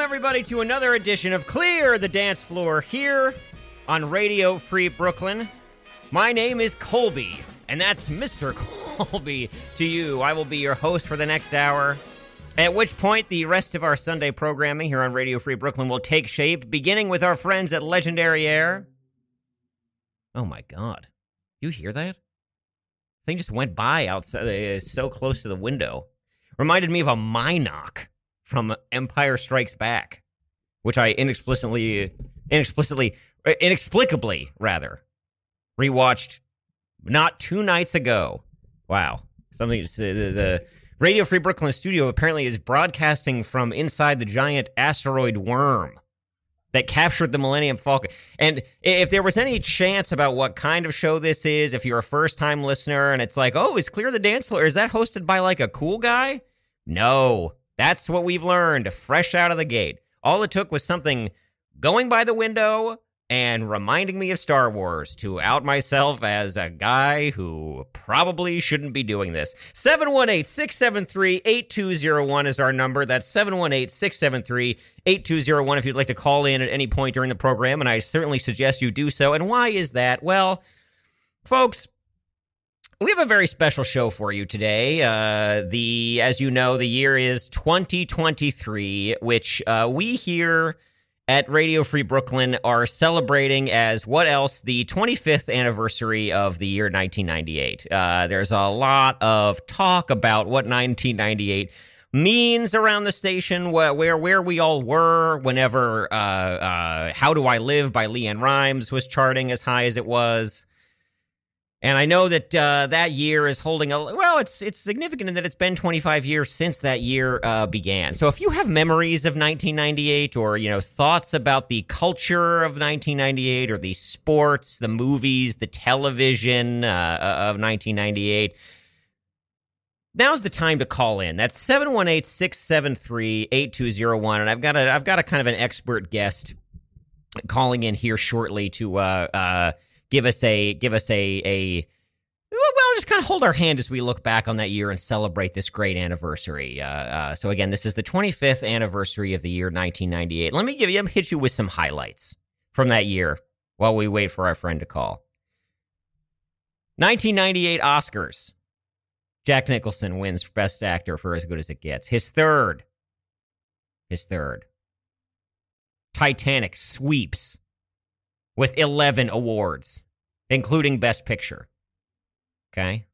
everybody, to another edition of Clear the Dance Floor here on Radio Free Brooklyn. My name is Colby, and that's Mr. Colby to you. I will be your host for the next hour, at which point the rest of our Sunday programming here on Radio Free Brooklyn will take shape, beginning with our friends at Legendary Air. Oh my God. You hear that? Thing just went by outside, uh, so close to the window. Reminded me of a Minoc from Empire Strikes Back, which I inexplicably, inexplicably, inexplicably rather, rewatched not two nights ago. Wow, something. The, the Radio Free Brooklyn studio apparently is broadcasting from inside the giant asteroid worm that captured the Millennium Falcon. And if there was any chance about what kind of show this is, if you're a first time listener and it's like, oh, is Clear the Dance Floor? Is that hosted by like a cool guy? No, that's what we've learned fresh out of the gate. All it took was something going by the window and reminding me of Star Wars to out myself as a guy who probably shouldn't be doing this. 718 673 8201 is our number. That's 718 673 8201 if you'd like to call in at any point during the program, and I certainly suggest you do so. And why is that? Well, folks, we have a very special show for you today. Uh, the as you know, the year is 2023, which uh, we here at Radio Free Brooklyn are celebrating as what else? The 25th anniversary of the year 1998. Uh, there's a lot of talk about what 1998 means around the station, wh- where where we all were whenever uh, "How Do I Live" by Leanne Rhymes was charting as high as it was. And I know that uh, that year is holding a well. It's it's significant in that it's been 25 years since that year uh, began. So if you have memories of 1998, or you know thoughts about the culture of 1998, or the sports, the movies, the television uh, of 1998. Now's the time to call in. That's 718-673-8201 and I've got a I've got a kind of an expert guest calling in here shortly to uh, give us a give us a a well just kind of hold our hand as we look back on that year and celebrate this great anniversary uh, uh, so again this is the 25th anniversary of the year 1998 let me give you let me hit you with some highlights from that year while we wait for our friend to call 1998 oscars jack nicholson wins best actor for as good as it gets his third his third titanic sweeps with 11 awards, including Best Picture. Okay.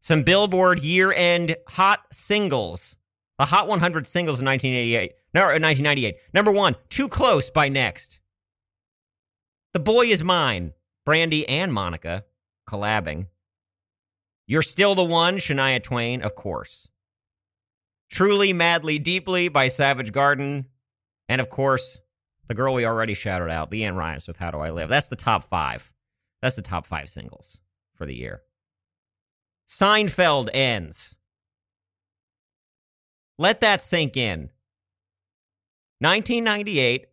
Some Billboard year end hot singles. The Hot 100 singles in 1988. No, 1998. Number one, Too Close by Next. The Boy Is Mine, Brandy and Monica collabing. You're Still the One, Shania Twain, of course. Truly, Madly, Deeply by Savage Garden. And of course, the girl we already shouted out, Leanne Rhymes with How Do I Live. That's the top five. That's the top five singles for the year. Seinfeld ends. Let that sink in. 1998.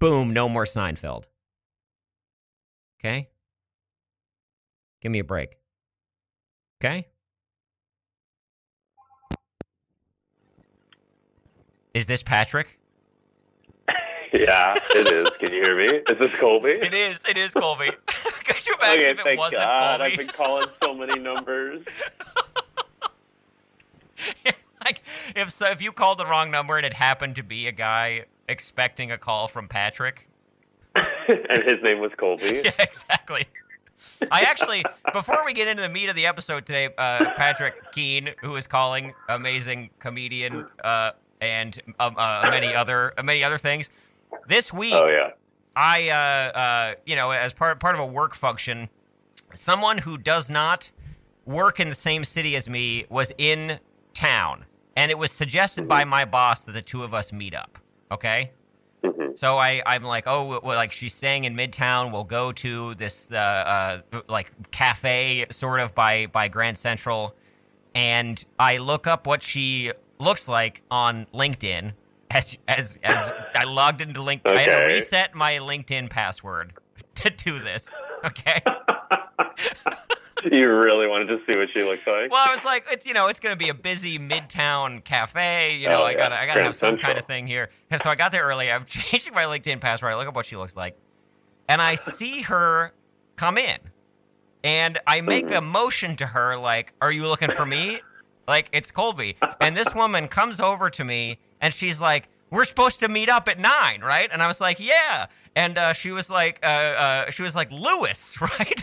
Boom, no more Seinfeld. Okay? Give me a break. Okay? Is this Patrick? yeah, it is. Can you hear me? Is this Colby? It is. It is Colby. Could you imagine okay, if it thank wasn't God. Colby? I've been calling so many numbers. like if so, if you called the wrong number and it happened to be a guy expecting a call from Patrick. and his name was Colby. Yeah, exactly. I actually, before we get into the meat of the episode today, uh, Patrick Keene, who is calling, amazing comedian, uh, and um, uh, many other many other things. This week, Oh yeah. I, uh, uh, you know, as part part of a work function, someone who does not work in the same city as me was in town, and it was suggested by my boss that the two of us meet up. Okay. hmm So I, I'm like, oh, well, like she's staying in Midtown. We'll go to this, uh, uh, like cafe sort of by by Grand Central, and I look up what she looks like on LinkedIn. As as as I logged into LinkedIn, I had to Okay. reset my LinkedIn password to do this. Okay. You really wanted to see what she looks like? Well, I was like, it's you know, it's gonna be a busy midtown cafe. You know, Oh, I yeah. gotta I gotta Grand have some kind Central. of thing here. And so I got there early. I'm changing my LinkedIn password. I look up what she looks like, and I see her come in, and I make a motion to her like, "Are you looking for me?" Like it's Colby. And this woman comes over to me, and she's like, "We're supposed to meet up at nine, right?" And I was like, "Yeah." And uh, she was like, uh, uh, "She was like Lewis, right?"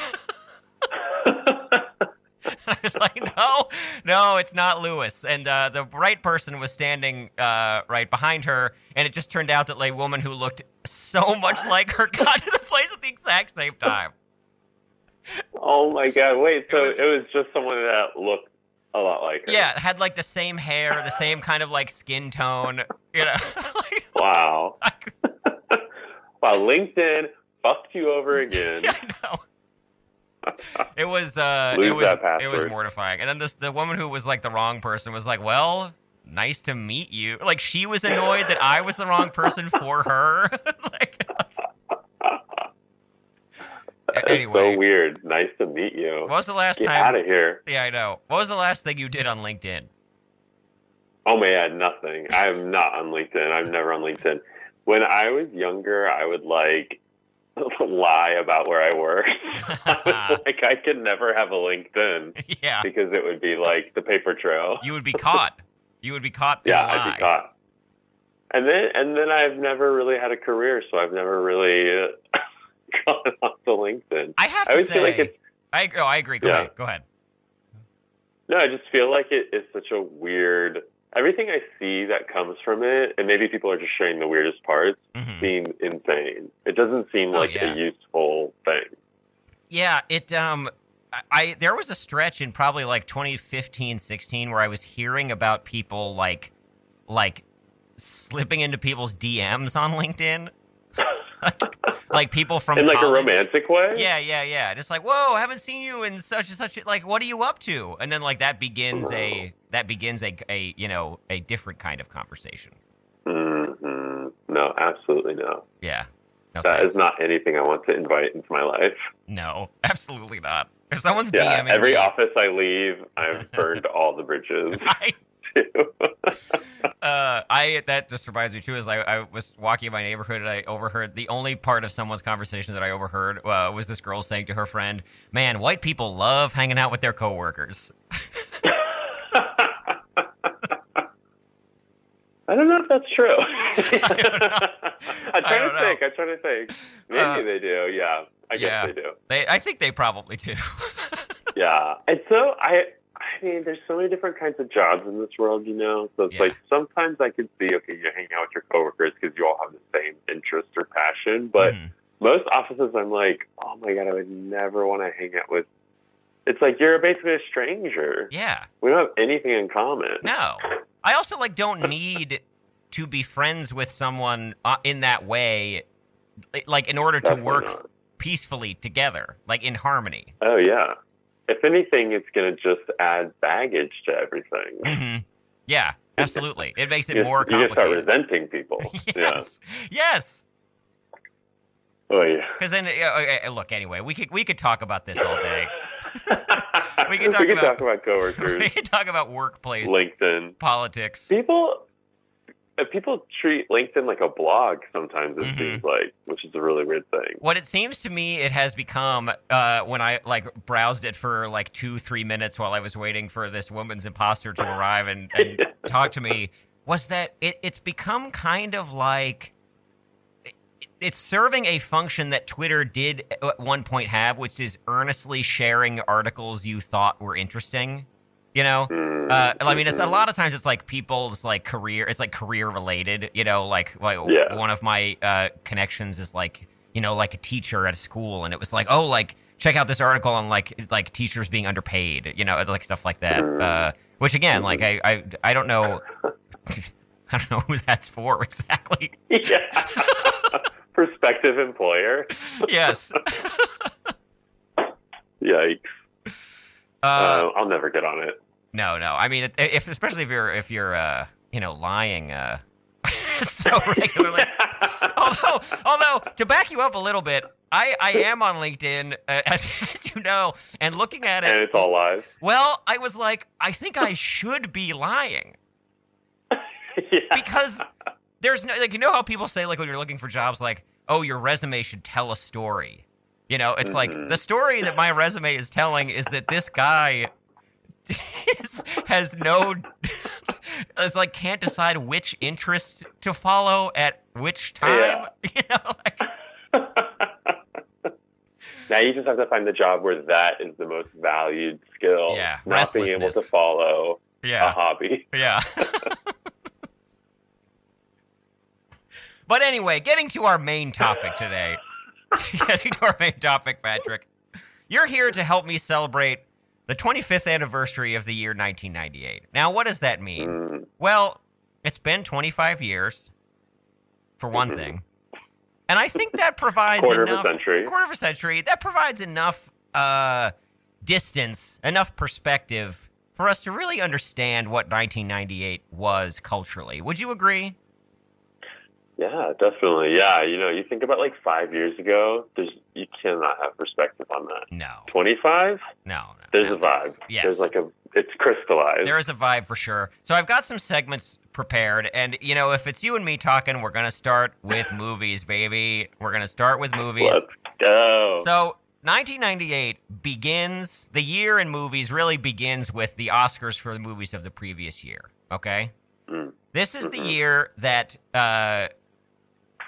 I was like, no, no, it's not Lewis. And uh, the right person was standing uh, right behind her, and it just turned out that like, a woman who looked so much like her got to the place at the exact same time. oh my god! Wait, so It it was- was, just someone that looked a lot like her. Yeah, had like the same hair, the same kind of like skin tone. You know, like, Wow. I, Wow. LinkedIn fucked you over again. I know. It was uh, Lose it was that it was password. mortifying. And then this the woman who was like the wrong person was like, well. Nice to meet you. Like she was annoyed that I was the wrong person for her. like, That is anyway. so weird. Nice to meet you. What was the last Get time? out of here. Yeah, I know. What was the last thing you did on LinkedIn? Oh my god, nothing. I'm not on LinkedIn. I'm never on LinkedIn. When I was younger, I would like lie about where I worked. I was like, I could never have a LinkedIn yeah, because it would be like the paper trail. you would be caught. You would be caught. being Yeah, a I'd lie. be caught. And then, and then I've never really had a career, so I've never really uh, gone on to LinkedIn. I have to I always say, feel like it's I oh, I agree. Go Yeah. ahead. Go ahead. No, I just feel like it is such a weird. Everything I see that comes from it, and maybe people are just sharing the weirdest parts, Mhm. seem insane. It doesn't seem Oh, like yeah. a useful thing. Yeah, it um, I, I there was a stretch in probably like 2015, 16 where I was hearing about people like, like, slipping into people's DMs on LinkedIn, like people from In like a college. romantic way? Yeah, yeah, yeah. Just like, whoa, I haven't seen you in such and such. Like, what are you up to? And then like that begins a that begins a a you know a different kind of conversation. hmm No, absolutely no. Yeah. No, That thanks. is not anything I want to invite into my life. No, absolutely not. If someone's Yeah, DMing every me, office I leave, I've burned all the bridges. I, too. uh, I that just reminds me too. Is I, I was walking in my neighborhood and I overheard the only part of someone's conversation that I overheard uh, was this girl saying to her friend, "Man, white people love hanging out with their coworkers." I don't know if that's true. don't know. I I try don't to know. think. I try to think. Maybe Uh, they do. Yeah, I guess yeah. they do. They, I think they probably do. Yeah, and so I. I mean, there's so many different kinds of jobs in this world, you know. So it's Yeah. like sometimes I can see, okay, you're hanging out with your coworkers because you all have the same interest or passion. But Mhm. most offices, I'm like, oh my god, I would never want to hang out with. It's like you're basically a stranger. yeah. We don't have anything in common. No. I also like don't need to be friends with someone uh, in that way li- like in order to Definitely work not. peacefully together, like in harmony. Oh yeah. If anything, it's going to just add baggage to everything. Mhm. Yeah, absolutely. It makes it You- more you just start complicated. resenting people. Yeah. yes. Yes. Oh yeah. Cuz then uh, okay, look anyway, we could we could talk about this all day. We we can talk we can about- talk about we coworkers, could talk about workplace LinkedIn. politics. People, uh, people treat LinkedIn like a blog. Sometimes it Mhm. seems like, which is a really weird thing. What it seems to me it has become uh, when I like browsed it for like two, three minutes while I was waiting for this woman's imposter to arrive and, and talk to me was that it, it's become kind of like it- it's serving a function that Twitter did at one point have, which is earnestly sharing articles you thought were interesting. You know, Mm, uh, I mean, it's a mhm. lot of times it's like people's like career. It's like career related. You know, like, like Yeah. one of my uh, connections is like you know like a teacher at a school, and it was like oh like check out this article on like like teachers being underpaid. You know, it's like stuff like that. Mm. Uh, which again, Mhm. like I I, I don't know. I don't know who that's for exactly. Yeah. Prospective employer. yes. Yikes. Uh, Uh, I'll never get on it. no, no. I mean, if especially if you're if you're uh, you know lying uh, so regularly. although, although to back you up a little bit, I, I am on LinkedIn, uh, as, as you know, and looking at and it. it's all lies. Well, I was like, I think I should be lying yeah. because there's no like you know how people say like when you're looking for jobs like oh your resume should tell a story you know it's like Mhm. the story that my resume is telling is that this guy is, has no is like can't decide which interest to follow at which time you know like, now you just have to find the job where that is the most valued skill. Yeah, Not being able to restlessness. follow a yeah hobby. yeah but anyway getting to our main topic today getting to our main topic, Patrick. You're here to help me celebrate the 25th anniversary of the year 1998. Now, what does that mean? Mm, Well, it's been 25 years, for one Mhm. thing. And I think that provides quarter enough of a century. quarter of a century that provides enough uh, distance enough perspective for us to really understand what 1998 was culturally would you agree Yeah, definitely. Yeah, you know, you think about like five years ago, there's you cannot have perspective on that. no Twenty five? no, no There's no. a vibe. Yes. There's like a it's crystallized. There is a vibe for sure. So I've got some segments prepared, and you know, if it's you and me talking, we're gonna start with movies, baby. We're gonna start with movies. Let's go. So 1998 begins the year in movies. Really begins with the Oscars for the movies of the previous year. Okay, Mm. this is the Mhm. year that uh,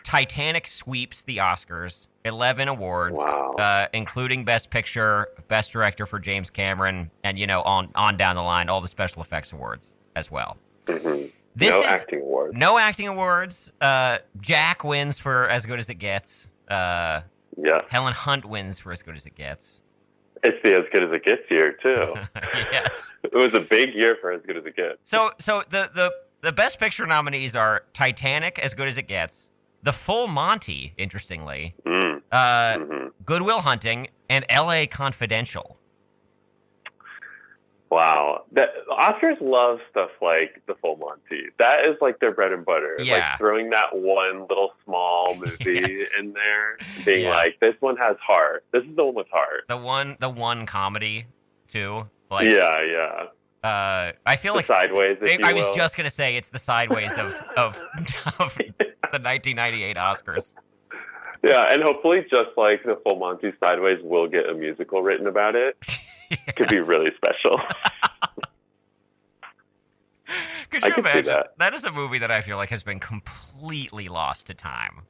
Titanic sweeps the Oscars. 11 awards, Wow. uh, including Best Picture, Best Director for James Cameron, and you know on on down the line, all the special effects awards as well. Mhm. This no is acting awards. no acting awards. Uh, Jack wins for As Good as It Gets. Uh, Yeah. Helen Hunt wins for As Good as It Gets. It's the as good as it gets year too. yes. It was a big year for as good as it gets. So so the the the best picture nominees are Titanic, As Good as It Gets, The Full Monty, interestingly, Mm, uh, mhm. Goodwill Hunting, and L.A. Confidential. Wow, that Oscars love stuff like the Full Monty. That is like their bread and butter. Yeah. Like throwing that one little small movie Yes. in there, being Yeah. like, "This one has heart. This is the one with heart." The one the one comedy too. Like yeah, yeah. uh, I feel The like sideways. If you I was will. just gonna say it's the sideways of of, of the 1998 Oscars. Yeah, and hopefully, just like the Full Monty Sideways, will get a musical written about it. Could be Yes. really special. Could I you could see imagine? that. that is a movie that I feel like has been completely lost to time.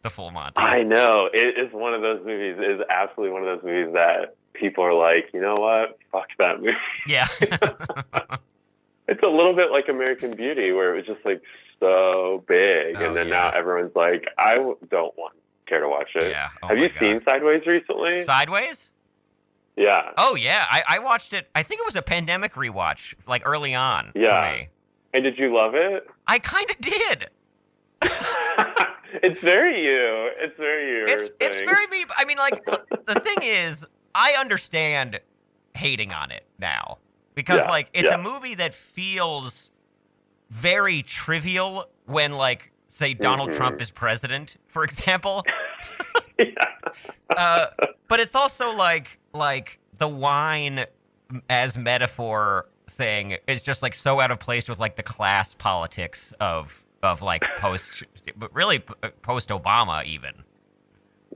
The Full Monty. I know it is one of those movies. It is absolutely one of those movies that people are like, you know what? Fuck that movie. Yeah. It's a little bit like American Beauty, where it was just like so big, Oh, and then yeah. now everyone's like, I w- don't want care to watch it. yeah. Oh Have my you God. seen Sideways recently? Sideways? yeah, Oh yeah. I, I watched it. I think it was a pandemic rewatch, like early on. for Yeah. me. and did you love it? I kind of did. it's very you. It's very you. It's it's thing. very me. I mean, like the thing is, I understand hating on it now because Yeah, like it's yeah. a movie that feels very trivial when like say Donald Mhm. Trump is president, for example. Yeah. Uh, but it's also like like the wine as metaphor thing is just like so out of place with like the class politics of of like post but really post Obama even.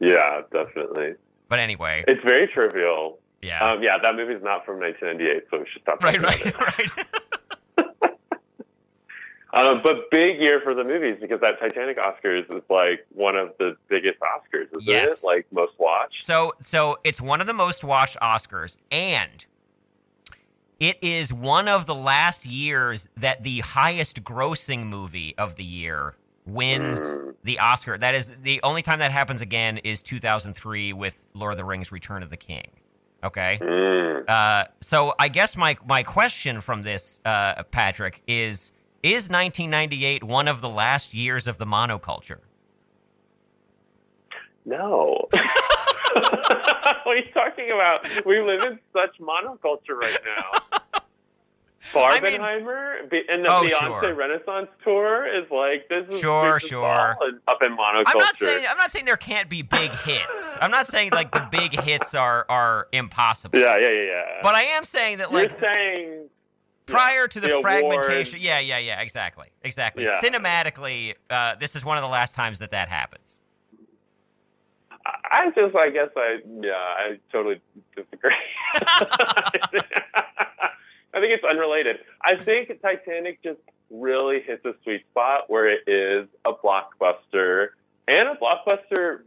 yeah, definitely. But anyway, It's very trivial. yeah. Um, yeah, that movie's not from 1998, so we should stop. Right, talking about it. right, right. Um, but big year for the movies because that Titanic Oscars is like one of the biggest Oscars, isn't Yes. it? Like most watched. So, so it's one of the most watched Oscars, and it is one of the last years that the highest grossing movie of the year wins Mm. the Oscar. That is the only time that happens again is 2003 with Lord of the Rings: Return of the King. Okay. Mm. Uh, so I guess my my question from this, uh, Patrick, is is 1998 one of the last years of the monoculture? No. what are you talking about? We live in such monoculture right now. Barbenheimer be- and the Oh, Beyonce sure. Renaissance tour is like this is Sure, this is sure. solid up in monoculture. I'm not saying I'm not saying there can't be big hits. I'm not saying like the big hits are are impossible. yeah, yeah, yeah, yeah. But I am saying that you're like saying prior to the, the fragmentation. Yeah, yeah, yeah. Exactly, exactly. Yeah. Cinematically, uh, this is one of the last times that that happens. I I just, I guess, I yeah, I totally disagree. I think it's unrelated. I think Titanic just really hits a sweet spot where it is a blockbuster, and a blockbuster.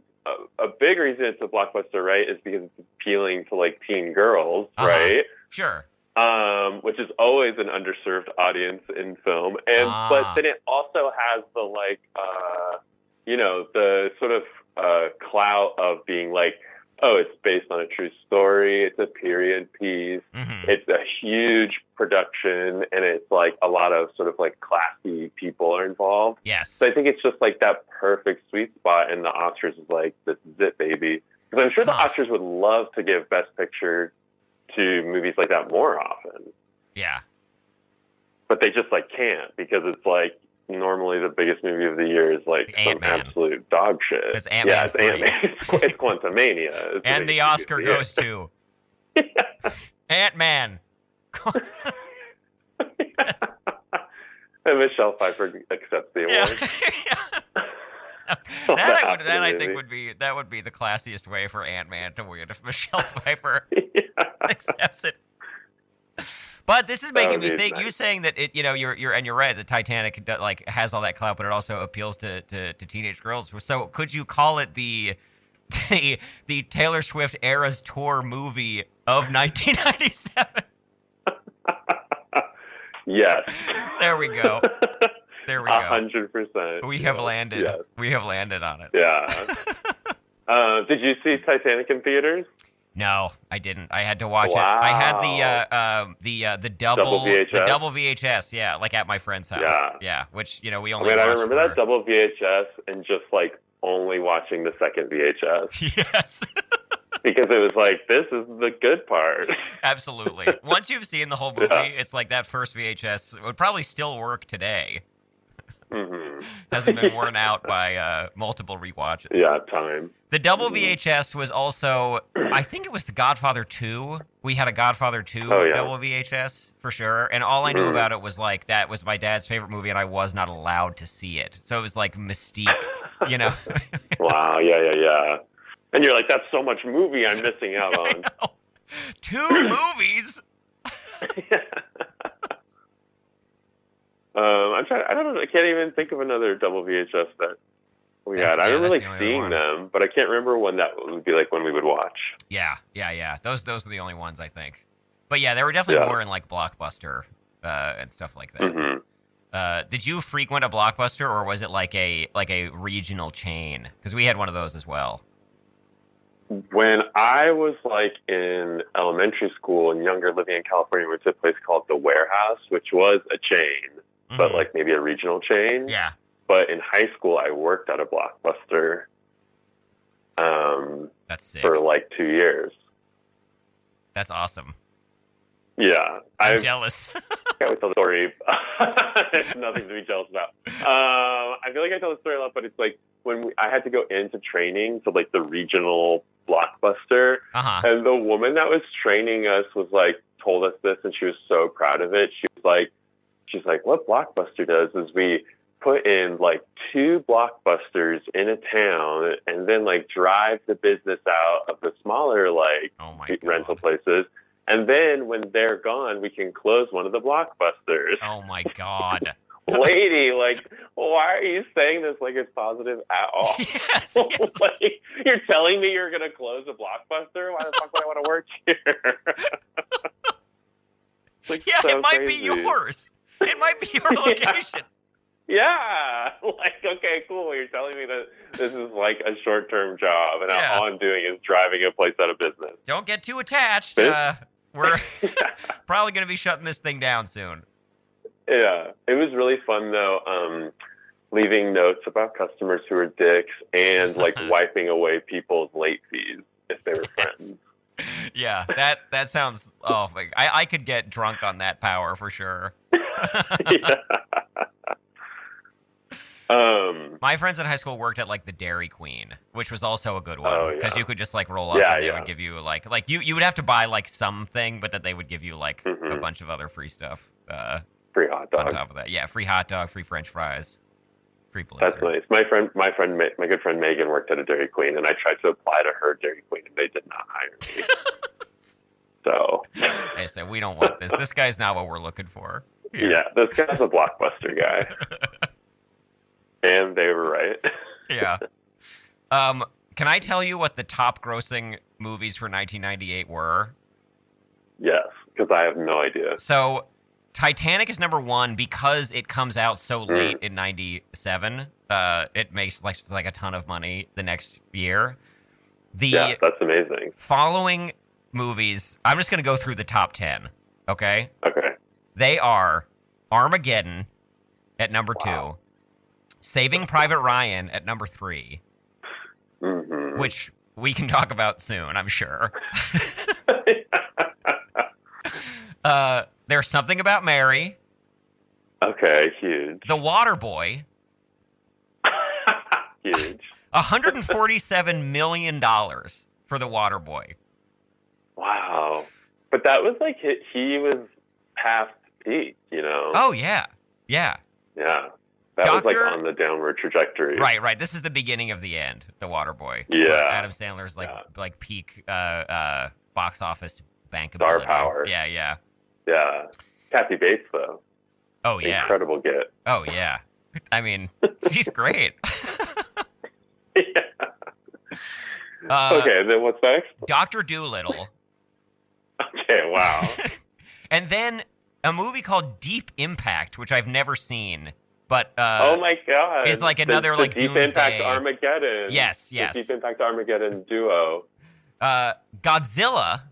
A, a big reason it's a blockbuster, right, is because it's appealing to like teen girls, Uh-huh. right? Sure. Um, which is always an underserved audience in film, and Ah. but then it also has the like, uh, you know, the sort of uh, clout of being like, oh, it's based on a true story, it's a period piece, hmm it's a huge production, and it's like a lot of sort of like classy people are involved. Yes. So I think it's just like that perfect sweet spot, and the Oscars is like, this is it, baby. Because I'm sure the Huh. Oscars would love to give Best Picture to movies like that more often, Yeah. but they just like can't because it's like normally the biggest movie of the year is like Ant-Man. some absolute dog shit. It's Ant-Man yeah, it's three. Ant Man. it's Quantumania. It's And the amazing. Oscar Yeah. goes to Ant Man. And Michelle Pfeiffer accepts the award. Yeah. that I would, that I Absolutely. think would be that would be the classiest way for Ant Man to win if Michelle Pfeiffer accepts it. But this is making would me be think. You Oh, nice. saying that it, you know, you're you're and you're right. The Titanic do- like has all that clout, but it also appeals to to, to teenage girls. So could you call it the the the Taylor Swift Eras Tour movie of 1997? Yes. There we go. There we A go. hundred percent. We have landed. Yes. We have landed on it. Yeah. uh, did you see Titanic in theaters? No, I didn't. I had to watch it. I had the uh, um, the uh, the double, Double the VHS? double VHS. Yeah, like at my friend's house. Yeah. which you know we I only. mean, I watched remember for- that double VHS and just like only watching the second VHS Yes, because it was like this is the good part. absolutely. Once you've seen the whole movie, Yeah. it's like that first VHS would probably still work today. hmm Hasn't been worn out by uh, multiple rewatches. Yeah, time. The double Mhm. VHS was also, I think it was The Godfather 2. We had a Godfather 2 Oh, yeah. double VHS for sure. And all I knew Mhm. about it was like that was my dad's favorite movie and I was not allowed to see it. So it was like mystique, you know? wow. Yeah, yeah, yeah. And you're like, that's so much movie I'm missing out I on. know. Two movies? um, I'm trying. I don't know. I can't even think of another double VHS that we That's- had. I yeah, remember that's like the only other seeing one. them, but I can't remember when that would be like when we would watch. Yeah, yeah, yeah. Those those were the only ones I think. But yeah, there were definitely Yeah. more in like Blockbuster uh, and stuff like that. hmm Uh, did you frequent a Blockbuster or was it like a like a regional chain? Because we had one of those as well. When I was like in elementary school and younger, living in California, we went to a place called the Warehouse, which was a chain, Mhm. but like maybe a regional chain. Mm-hmm. yeah. But in high school, I worked at a Blockbuster um, That's sick. for like two years. That's awesome. Yeah, I'm I've jealous. I always tell the story. It's Nothing to be jealous about. Um, I feel like I tell the story a lot, but it's like when we, I had to go into training to like the regional blockbuster, Uh huh. and the woman that was training us was like told us this, and she was so proud of it. She was like, she's like, what blockbuster does is we put in like two blockbusters in a town, and then like drive the business out of the smaller like Oh my pe- god. rental places. And then when they're gone, we can close one of the blockbusters. Oh my god. Lady, like, why are you saying this like it's positive at all? yes. yes. like, you're telling me you're going to close a blockbuster? Why the fuck would I want to work here? It's, like, Yeah, so it might crazy. be yours. It might be your Yeah. location. Yeah. Like, okay, cool. You're telling me that this is like a short term job, and Yeah. all I'm doing is driving a place out of business. Don't get too attached. This- Uh, we're probably gonna be shutting this thing down soon. Yeah, it was really fun though. Um, leaving notes about customers who were dicks and like wiping away people's late fees if they were Yes. friends. yeah, that that sounds. Oh, my, I I could get drunk on that power for sure. um, My friends in high school worked at like the Dairy Queen, which was also a good Oh, one yeah. because you could just like roll up Yeah, and they yeah. would give you like like you you would have to buy like something, but then they would give you like a Mhm. bunch of other free stuff uh, free hot on dog. top of that. Yeah, free hot dog, free French fries, free blazer. That's nice. My friend, my friend, Ma- my good friend Megan worked at a Dairy Queen, and I tried to apply to her Dairy Queen, and they did not hire me. so, They said we don't want this. This guy's not what we're looking for. yeah. this guy's a blockbuster guy, and they were right. Yeah. Um, can I tell you what the top grossing movies for 1998 were? yes, because I have no idea. So Titanic is number one because it comes out so Mm. late in '97. Uh, it makes like just, like a ton of money the next year. The Yeah, that's amazing. following movies, I'm just gonna go through the top ten. Okay, Okay, they are Armageddon at number Wow. two, Saving Private Ryan at number three, hmm which we can talk about soon, I'm sure. Uh, there's something about Mary, okay, huge, The Water Boy, huge. 147 million dollars for the water boy Wow, but that was like he, he was past peak, you know. oh yeah yeah Yeah. That was Doctor- like on the downward trajectory. right right this is the beginning of the end the water boy Yeah. adam sandler's like Yeah. like peak uh uh box office bankability Star power. yeah yeah Yeah. Kathy Bates though. oh yeah Incredible get. oh yeah i mean he's great yeah. uh, okay, then what's next? dr doolittle Okay, wow. Uh, and then a movie called deep impact which i've never seen but uh oh my god. it's like The- another, the like, Deep Doomsday. Impact Armageddon. yes The yes Deep Impact Armageddon duo. uh godzilla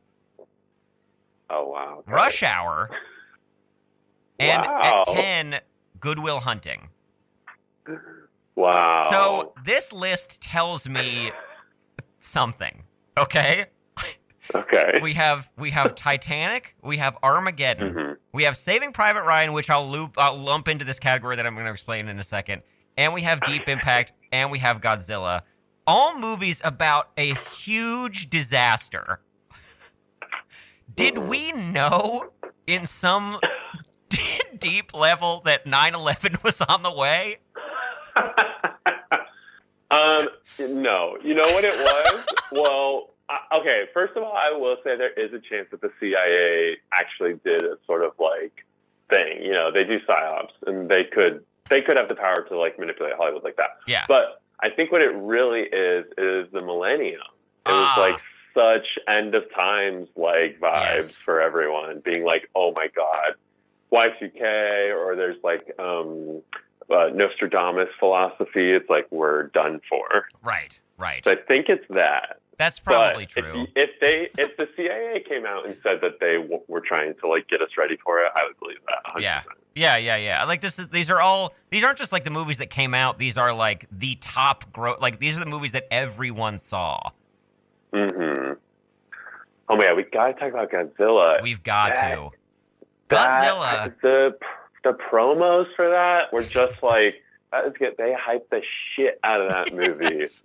Oh wow. Okay. Rush Hour, and Wow. at 10, Goodwill Hunting. Wow. So this list tells me something. Okay? Okay. We have we have Titanic, we have Armageddon, Mhm. we have Saving Private Ryan, which I'll loop I'll lump into this category that I'm going to explain in a second, and we have Deep Impact, and we have Godzilla. All movies about a huge disaster. Did we know in some deep level that 9/11 was on the way? um, no. You know what it was? well, I, okay, first of all, I will say there is a chance that the CIA actually did a sort of like thing. You know, they do psyops and they could they could have the power to like manipulate Hollywood like that. Yeah. But I think what it really is is the millennium. It Ah. was like such end of times like vibes Yes. for everyone, being like, oh my god, Y2K, or there's like um, uh, Nostradamus philosophy. It's like we're done for. Right, right. So I think it's that. That's But probably if- true. If, they, if the CIA came out and said that they w- were trying to like get us ready for it, I would believe that. 100%. Yeah. Yeah, yeah, yeah. Like this is these are all these aren't just like the movies that came out. These are like the top gro like these are the movies that everyone saw. hmm Oh my god, we gotta talk about Godzilla. We've got That- to. That- Godzilla. the the promos for that were just like that is good. They hyped the shit out of that movie. Yes.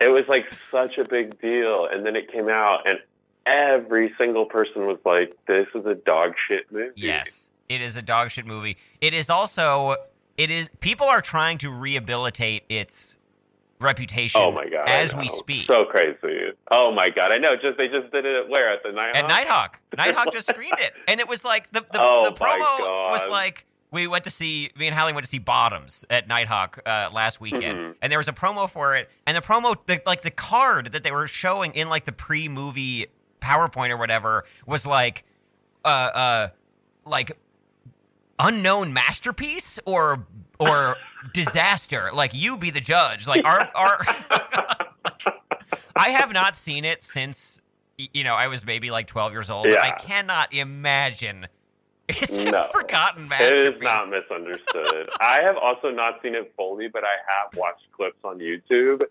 It was like such a big deal, and then it came out, and every single person was like, "This is a dog shit movie." Yes. It is a dog shit movie. It is also it is people are trying to rehabilitate its reputation Oh my god. I as we know. speak. So crazy. Oh my god. I know. Just they just did it at where at the night. At Nighthawk. Nighthawk just screened it. And it was like the the, Oh the my promo was God. like we went to see me and Hallie went to see Bottoms at Nighthawk uh, last weekend, Mhm. and there was a promo for it. And the promo, the, like the card that they were showing in like the pre-movie PowerPoint or whatever, was like, uh, uh, like unknown masterpiece or or disaster. Like you be the judge. Like our our. I have not seen it since y- you know I was maybe like 12 years old. But I Yeah. cannot imagine. It's No. a forgotten masterpiece. It is not misunderstood. I have also not seen it fully, but I have watched clips on YouTube,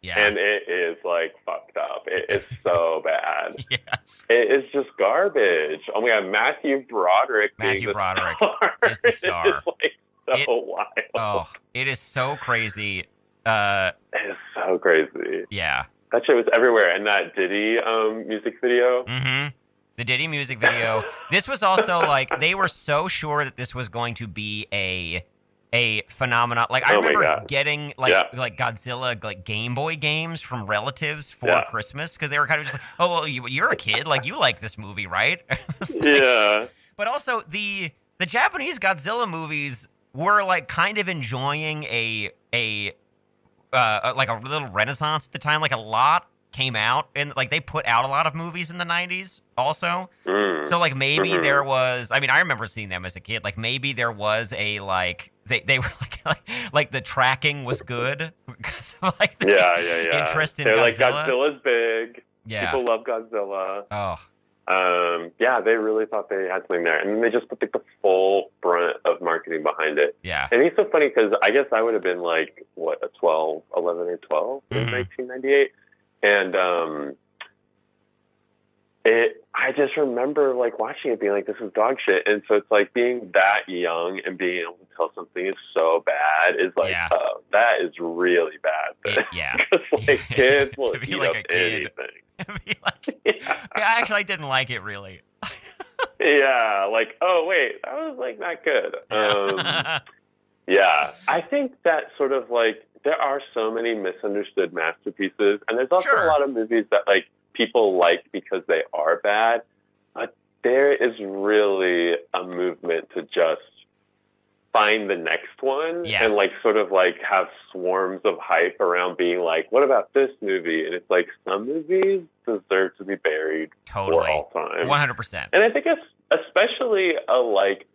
Yeah. and it is like fucked up. It is so bad. yes. It is just garbage. Oh my god, Matthew Broderick. being Matthew the Broderick star is the star. just, like It- so wild. Oh, it is so crazy. Uh, It is so crazy. yeah. That shit was everywhere. And that Diddy um, music video. Mm-hmm. The Diddy music video. This was also like they were so sure that this was going to be a a phenomenon. Like I Oh my remember God. getting like Yeah. like Godzilla like Game Boy games from relatives for Yeah. Christmas because they were kind of just like, oh well, you, you're a kid, like you like this movie, right? It's like- yeah. But also the the Japanese Godzilla movies were like kind of enjoying a a uh, like a little renaissance at the time. Like a lot came out and like they put out a lot of movies in the '90s. Also, Mm. so like maybe Mhm. there was. I mean, I remember seeing them as a kid. Like maybe there was a like they they were like like, like the tracking was good because of, like the yeah, yeah, yeah. interest in They're like Godzilla? Godzilla's big. yeah. People love Godzilla. oh Um, yeah, they really thought they had something there, and then they just put like the full brunt of marketing behind it. yeah And it's so funny because I guess I would have been like what a 12, 11 or 12 in Mhm. 1998, and um, it. I just remember like watching it, being like, "This is dog shit." And so it's like being that young and being able to tell something is so bad is like, Yeah. oh, that is really bad. it- yeah. Because like kids will To be eat like up a kid. anything. Be like- yeah, I actually didn't like it really. Yeah, like oh wait, that was like not good. Um, yeah, I think that sort of like there are so many misunderstood masterpieces, and there's also Sure. a lot of movies that like people like because they are bad, but there is really a movement to just find the next one Yes. and like sort of like have swarms of hype around being like, what about this movie? And it's like some movies deserve to be buried for totally. all time. One hundred percent. And I think it's especially a like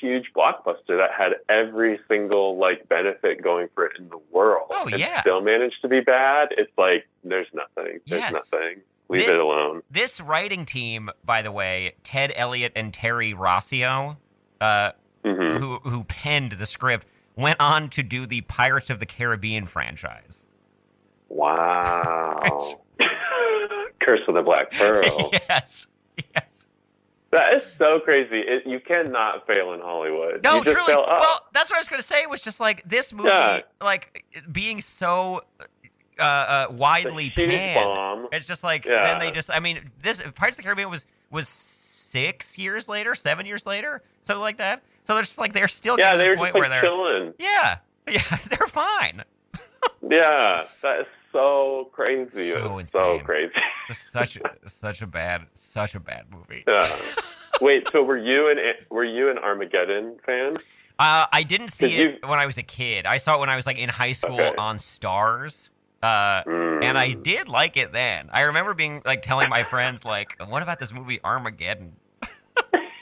huge blockbuster that had every single like benefit going for it in the world. Oh, and yeah. Still managed to be bad. It's like there's nothing. There's Yes. nothing. Leave Thi- it alone. This writing team, by the way, Ted Elliott and Terry Rossio, uh, hmm who who penned the script, went on to do the Pirates of the Caribbean franchise. Wow. Curse of the Black Pearl. yes, yes. That is so crazy. It, you cannot fail in Hollywood. No, you just truly. fail up. Well, that's what I was going to say. Was just like this movie, Yeah. like being so uh, uh, It's a widely huge panned. bomb. It's just like Yeah. then they just. I mean, this Pirates of the Caribbean was was six years later, seven years later, something like that. So they're just like they're still Yeah, getting to the they were point just where like they're chilling. yeah, yeah, they're fine. Yeah, that is so crazy. So It's so insane. crazy. Just such a, such a bad such a bad movie. Yeah. Wait, so were you an were you an Armageddon fan? Uh, I didn't see Did it when I was a kid. I saw it when I was like in high school Okay. on Stars. Uh, Mm. and I did like it then. I remember being like telling my friends like, "What about this movie Armageddon?"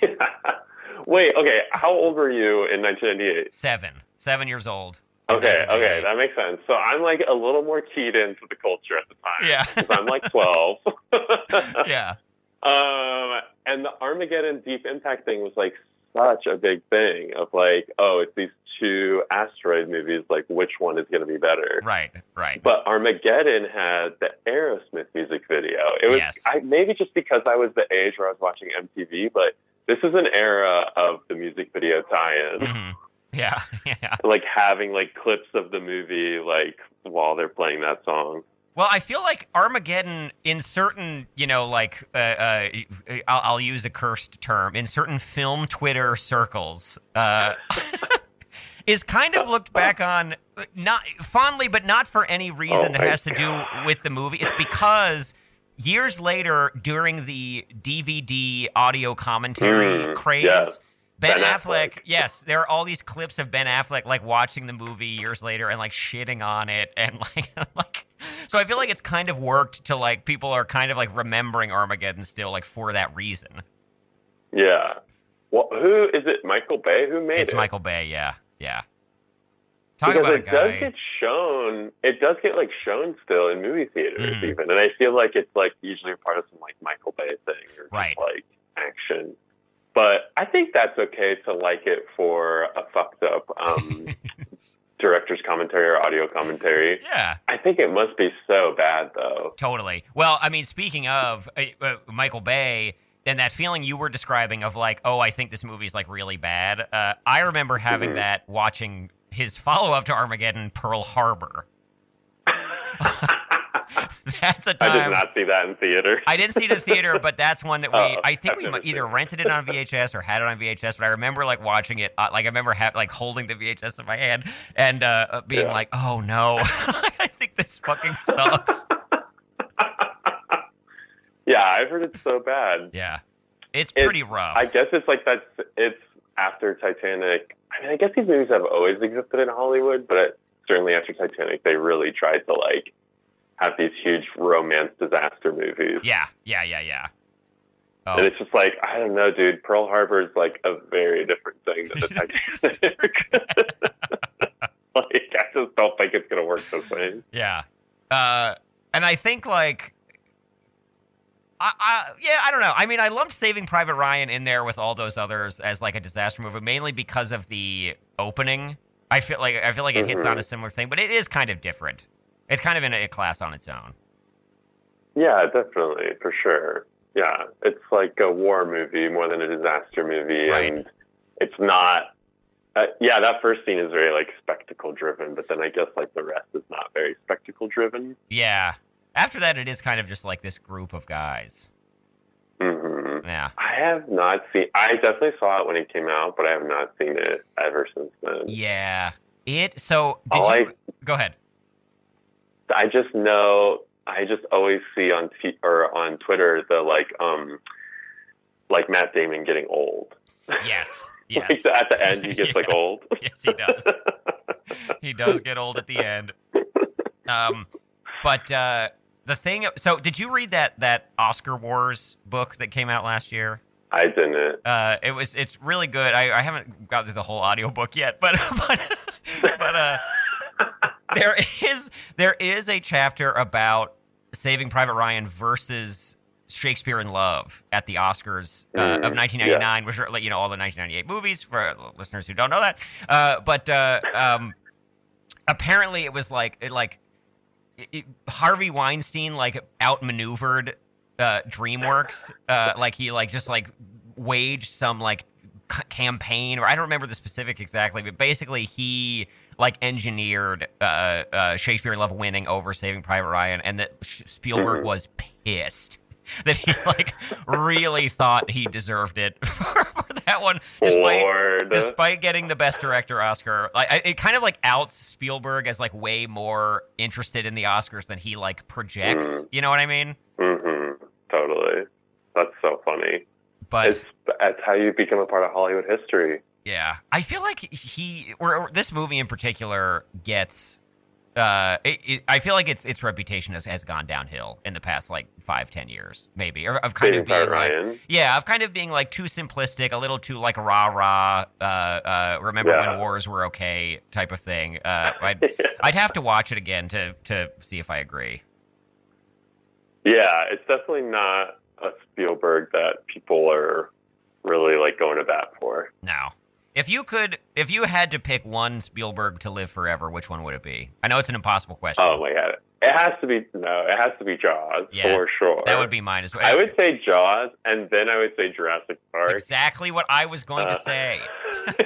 Wait, okay. How old were you in 1998? Seven, seven years old. Okay, okay, that makes sense. So I'm like a little more keyed into the culture at the time. Yeah, 'cause I'm like 12. yeah, um, and the Armageddon Deep Impact thing was like such a big thing of like, oh, it's these two asteroid movies. Like, which one is going to be better? right, right. But Armageddon had the Aerosmith music video. It was Yes. I, maybe just because I was the age where I was watching MTV, but this is an era of the music video tie-in, Mhm. Yeah, yeah. like having like clips of the movie like while they're playing that song. Well, I feel like Armageddon in certain, you know, like uh, uh, I'll, I'll use a cursed term in certain film Twitter circles, uh, is kind of looked back on uh, not fondly, but not for any reason Oh that my has to do with the movie. It's because years later, during the DVD audio commentary Mm, craze. yeah. Ben, Ben Affleck, Affleck. yes, there are all these clips of Ben Affleck like watching the movie years later and like shitting on it and like like so I feel like it's kind of worked to like people are kind of like remembering Armageddon still like for that reason. Yeah. Well, who is it? Michael Bay? Who made It's it? Michael Bay, yeah. Yeah. Talk because about a it does guy. get shown. It does get like shown still in movie theaters, Mhm. even, and I feel like it's like usually part of some like Michael Bay thing or just, Right. like action. But I think that's okay to like it for a fucked up um, director's commentary or audio commentary. Yeah. I think it must be so bad though. Totally. Well, I mean, speaking of uh, uh, Michael Bay, and that feeling you were describing of like, oh, I think this movie's like really bad. Uh, I remember having Mhm. that watching his follow up to Armageddon, Pearl Harbor. That's a time I did not see that in theater. I didn't see it in the theater, but that's one that we. Oh, I think I've we never mi- either seen it. rented it on VHS or had it on VHS. But I remember like watching it. Uh, like I remember ha- like holding the VHS in my hand and uh, uh, being Yeah. like, "Oh no, I think this fucking sucks." yeah, I've heard it's so bad. yeah, it's It- pretty rough. I guess it's like that's it's after Titanic. I mean, I guess these movies have always existed in Hollywood, but certainly after Titanic, they really tried to like have these huge romance disaster movies. yeah, yeah, yeah, yeah. Oh. And it's just like I don't know, dude. Pearl Harbor is like a very different thing than the Titanic. like I just don't think it's gonna work the same. Yeah. Uh, and I think like, I, I yeah, I don't know. I mean, I lumped Saving Private Ryan in there with all those others as like a disaster movie, mainly because of the opening. I feel like I feel like it hits on Mhm. a similar thing, but it is kind of different. It's kind of in a, a class on its own. Yeah, definitely, for sure. Yeah, it's like a war movie more than a disaster movie, Right. and it's not. Uh, yeah, that first scene is very like spectacle driven, but then I guess like the rest is not very spectacle driven. Yeah. After that, it is kind of just like this group of guys. hmm Yeah. I have not seen. I definitely saw it when it came out, but I have not seen it ever since then. Yeah. It. So did All you? Go ahead. I just know I just always see on t- or on Twitter the like um like Matt Damon getting old. Yes. Like, Yes. at the end he gets like Yes. old. yes, he does. he does get old at the end. Um, but uh, the thing. So, did you read that that Oscar Wars book that came out last year? I didn't. Uh, it was it's really good. I, I haven't got through the whole audiobook yet, but but but uh, there is there is a chapter about Saving Private Ryan versus Shakespeare in Love at the Oscars uh, Mm, of 1999, which are like, you know all the 1998 movies for listeners who don't know that. Uh, but uh, um, apparently it was like it like it- it- Harvey Weinstein like outmaneuvered uh, DreamWorks. Uh, like he like just like waged some like c- campaign or I don't remember the specific exactly, but basically he like engineered uh, uh, Shakespeare in Love winning over Saving Private Ryan, and that Sh- Spielberg Mhm. was pissed that he like really thought he deserved it for, for that one, despite Lord. despite getting the best director Oscar, like I, it kind of like outs Spielberg as like way more interested in the Oscars than he like projects. Mm. You know what I mean? hmm Totally. That's so funny. But It's that's how you become a part of Hollywood history. yeah, I feel like he or, or this movie in particular gets. Uh, it, it, I feel like its its reputation has, has gone downhill in the past like five ten years maybe or of kind Saving of being Private like Ryan. Yeah, of kind of being like too simplistic, a little too like rah rah, uh, uh, remember Yeah. when wars were okay type of thing. Uh, I'd, I'd have to watch it again to to see if I agree. yeah, it's definitely not a Spielberg that people are really like going to bat for. No, if you could, if you had to pick one Spielberg to live forever, which one would it be? I know it's an impossible question. Oh my god. It has to be no, it has to be Jaws Yeah, for sure. that would be mine as well. I would say Jaws and then I would say Jurassic That's Park. exactly what I was going to Uh, say.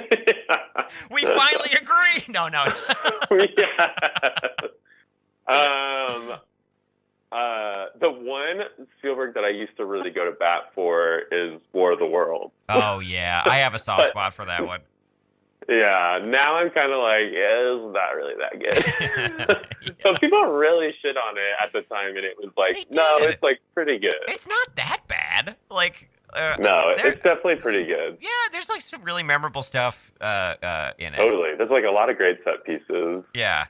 We finally agree. No, no. yeah. Um, uh, the one Spielberg that I used to really go to bat for is War of the World. Oh yeah, I have a soft But- spot for that one. Yeah, now I'm kind of like, yeah, it's not really that good. So people really shit on it at the time, and it was They like, no, did. it's like pretty good. It's not that bad. Like. Uh, no, there- it's definitely pretty good. Yeah, there's like some really memorable stuff uh, uh, in it. Totally, there's like a lot of great set pieces, Yeah.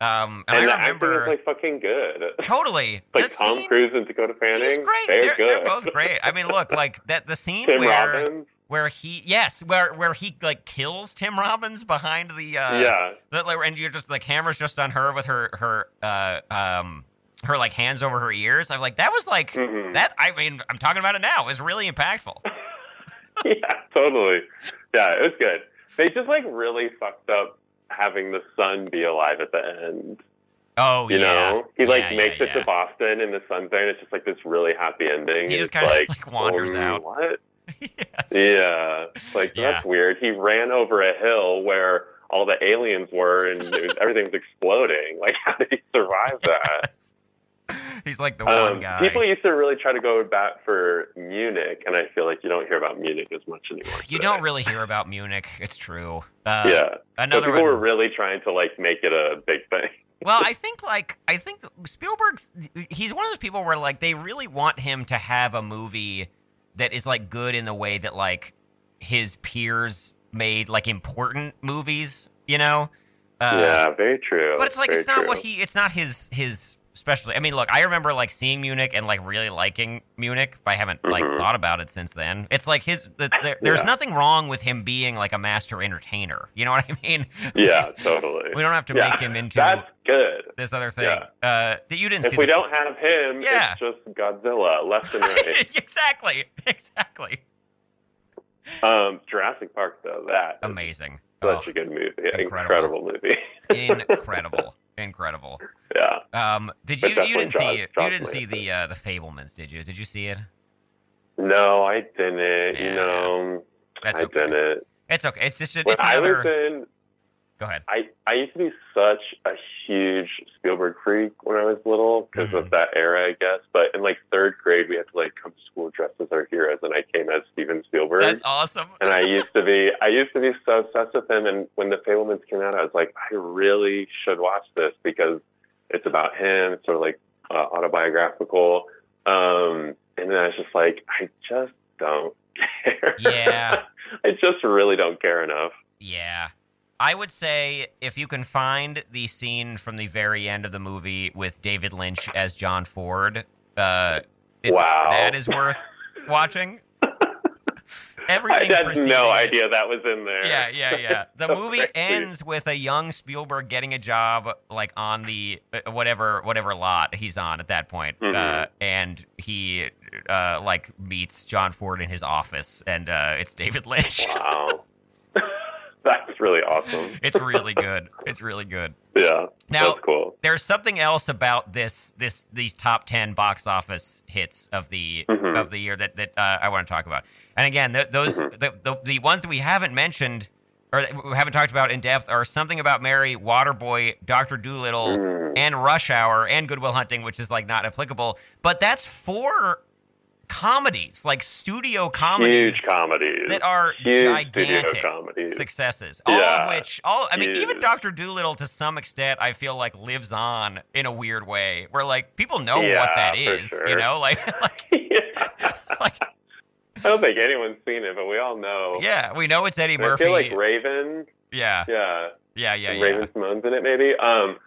Um, and, and, the I remember acting is like fucking good. totally Like the Tom scene, Cruise and Dakota he's Fanning, great. they're, They're, good. they're both great. I mean, look, like that the scene Tim where Robbins, where he yes, where where he like kills Tim Robbins behind the uh yeah. the, like, and you're just the camera's just on her with her her uh um her like hands over her ears. I'm like that was like hmm that I mean, I'm talking about it now. It was really impactful. yeah, totally. Yeah, it was good. They just like really fucked up having the son be alive at the end. Oh, You yeah. know, he like Yeah, yeah, makes it yeah. to Boston and the sun's there, and it's just like this really happy ending. He and just it's kinda, like, like, wanders um, out. What? yes. Yeah, It's like Yeah. that's weird. He ran over a hill where all the aliens were, and it was, everything was exploding. Like, how did he survive that? He's like the one Um, guy. people used to really try to go back for Munich, and I feel like you don't hear about Munich as much anymore. you today. don't really hear about Munich. It's true. Uh, yeah, so Another people one. were really trying to like make it a big thing. well, I think like I think Spielberg's he's one of those people where like they really want him to have a movie that is like good in the way that like his peers made like important movies, you know? Uh yeah, very true. but it's like very it's not what true. he it's not his his specialty. I mean, look, I remember like seeing Munich and like really liking Munich, but I haven't like Mhm. thought about it since then. It's like his the, there, there's Yeah. nothing wrong with him being like a master entertainer. You know what I mean? Yeah, totally. We don't have to Yeah. make him into That's good. this other thing. Yeah. Uh, that you didn't If see. we the- don't have him, Yeah. it's just Godzilla left and right. exactly, exactly. um, Jurassic Park, though, that is Amazing. Oh, such a good movie, incredible. incredible, movie. incredible, incredible. Yeah, Um, did you But you definitely didn't see draws- you draws didn't me see in. the uh, the Fablemans? Did you? Did you see it? no, I didn't. Yeah. You know, That's I okay. didn't. It's okay. It's just it's When I another. was in Go ahead. I I used to be such a huge Spielberg freak when I was little because Mhm. of that era, I guess. But in like third grade, we had to like come to school dressed as our heroes, and I came as Steven Spielberg. That's awesome. and I used to be I used to be so obsessed with him. And when the Fablemans came out, I was like, I really should watch this because it's about him. It's sort of like uh, autobiographical. Um, and then I was just like, I just don't care. Yeah. I just really don't care enough. Yeah. I would say if you can find the scene from the very end of the movie with David Lynch as John Ford, uh, it's, Wow. that is worth watching. I Everything. had preceding no it- idea that was in there. Yeah, yeah, yeah. The So movie crazy. ends with a young Spielberg getting a job, like on the uh, whatever whatever lot he's on at that point, uh, Mhm. and he uh, like meets John Ford in his office, and uh, it's David Lynch. Wow. That's really awesome. it's really good. It's really good. Yeah. Now that's cool. there's something else about this this these top ten box office hits of the Mhm. of the year that that uh, I want to talk about. And again, th- those Mhm. the, the the ones that we haven't mentioned or that we haven't talked about in depth are something about Mary, Waterboy, Doctor Doolittle, Mm. and Rush Hour, and Goodwill Hunting, which is like not applicable. But that's four comedies, like studio comedies Huge comedies. that are Huge studio gigantic comedies. successes. All of Yeah. which, all I mean, Yeah. even Doctor Doolittle to some extent, I feel like lives on in a weird way, where like people know what Yeah, that for is, you sure. know, like, like, Yeah. like, I don't think anyone's seen it, but we all know. yeah, we know it's Eddie And I Murphy. feel like Raven. yeah, Yeah. yeah, yeah, and yeah. Raven Simone's in it, maybe. Um,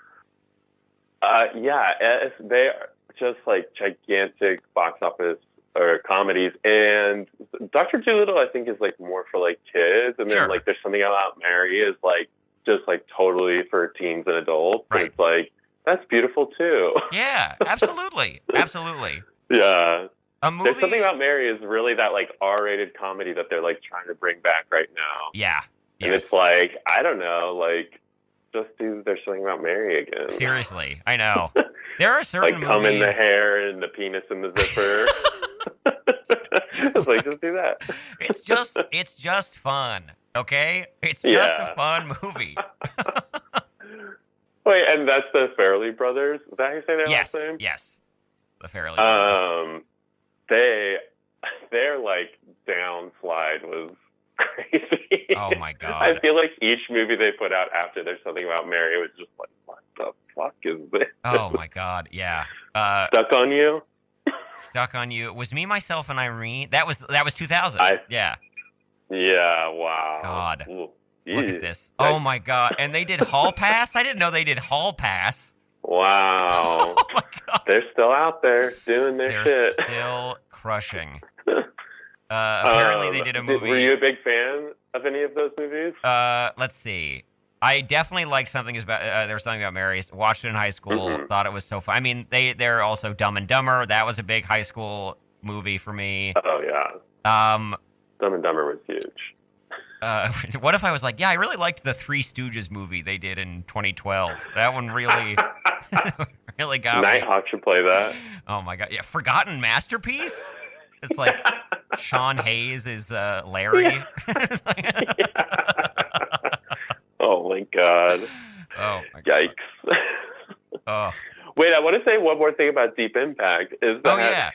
uh, yeah, it's, they are just like gigantic box office or comedies. And Doctor Dolittle, I think, is like more for like kids, and Sure. then like there's something about Mary is like just like totally for teens and adults. Right. And it's like that's beautiful too. Yeah, absolutely, absolutely. yeah, A movie. there's something about Mary is really that like R-rated comedy that they're like trying to bring back right now. yeah, And yes. it's like I don't know, like just do there's something about Mary again. seriously, I know. There are certain like cum in the movies- hair and the penis in the zipper. it's like just do that. It's just, it's just fun. Okay, it's just Yeah. a fun movie. Wait, and that's the Farrelly brothers. Is that how you say their yes, last name? yes. The Fairly. Um, they their like downslide was crazy. oh my god. I feel like each movie they put out after there's something about Mary was just like, what the fuck is this? Oh my god, yeah. Uh, Stuck on you? stuck on you. Was me, myself, and Irene. That was that was 2000. I- yeah. Yeah. Wow. God. Ooh, Look yeesh. at this. Oh my god. And they did Hall Pass. I didn't know they did Hall Pass. Wow. Oh my god. They're still out there doing their They're shit. still crushing. Uh, apparently they Um, did a Were movie. you a big fan of any of those movies? Uh, let's see. I definitely liked something is about uh, there was something about Mary's. Watched it in high school. Mhm. Thought it was so fun. I mean, they they're also Dumb and Dumber. That was a big high school movie for me. Oh yeah, Um, Dumb and Dumber was huge. Uh, what if I was like, yeah, I really liked the Three Stooges movie they did in 2012. That one really, really got me. Nighthawk should play that. Oh my god, yeah, forgotten masterpiece. It's like Sean Hayes is uh, Larry. It's like- Oh my god! oh my god. Yikes! Oh, Wait, I want to say one more thing about Deep Impact. Is oh that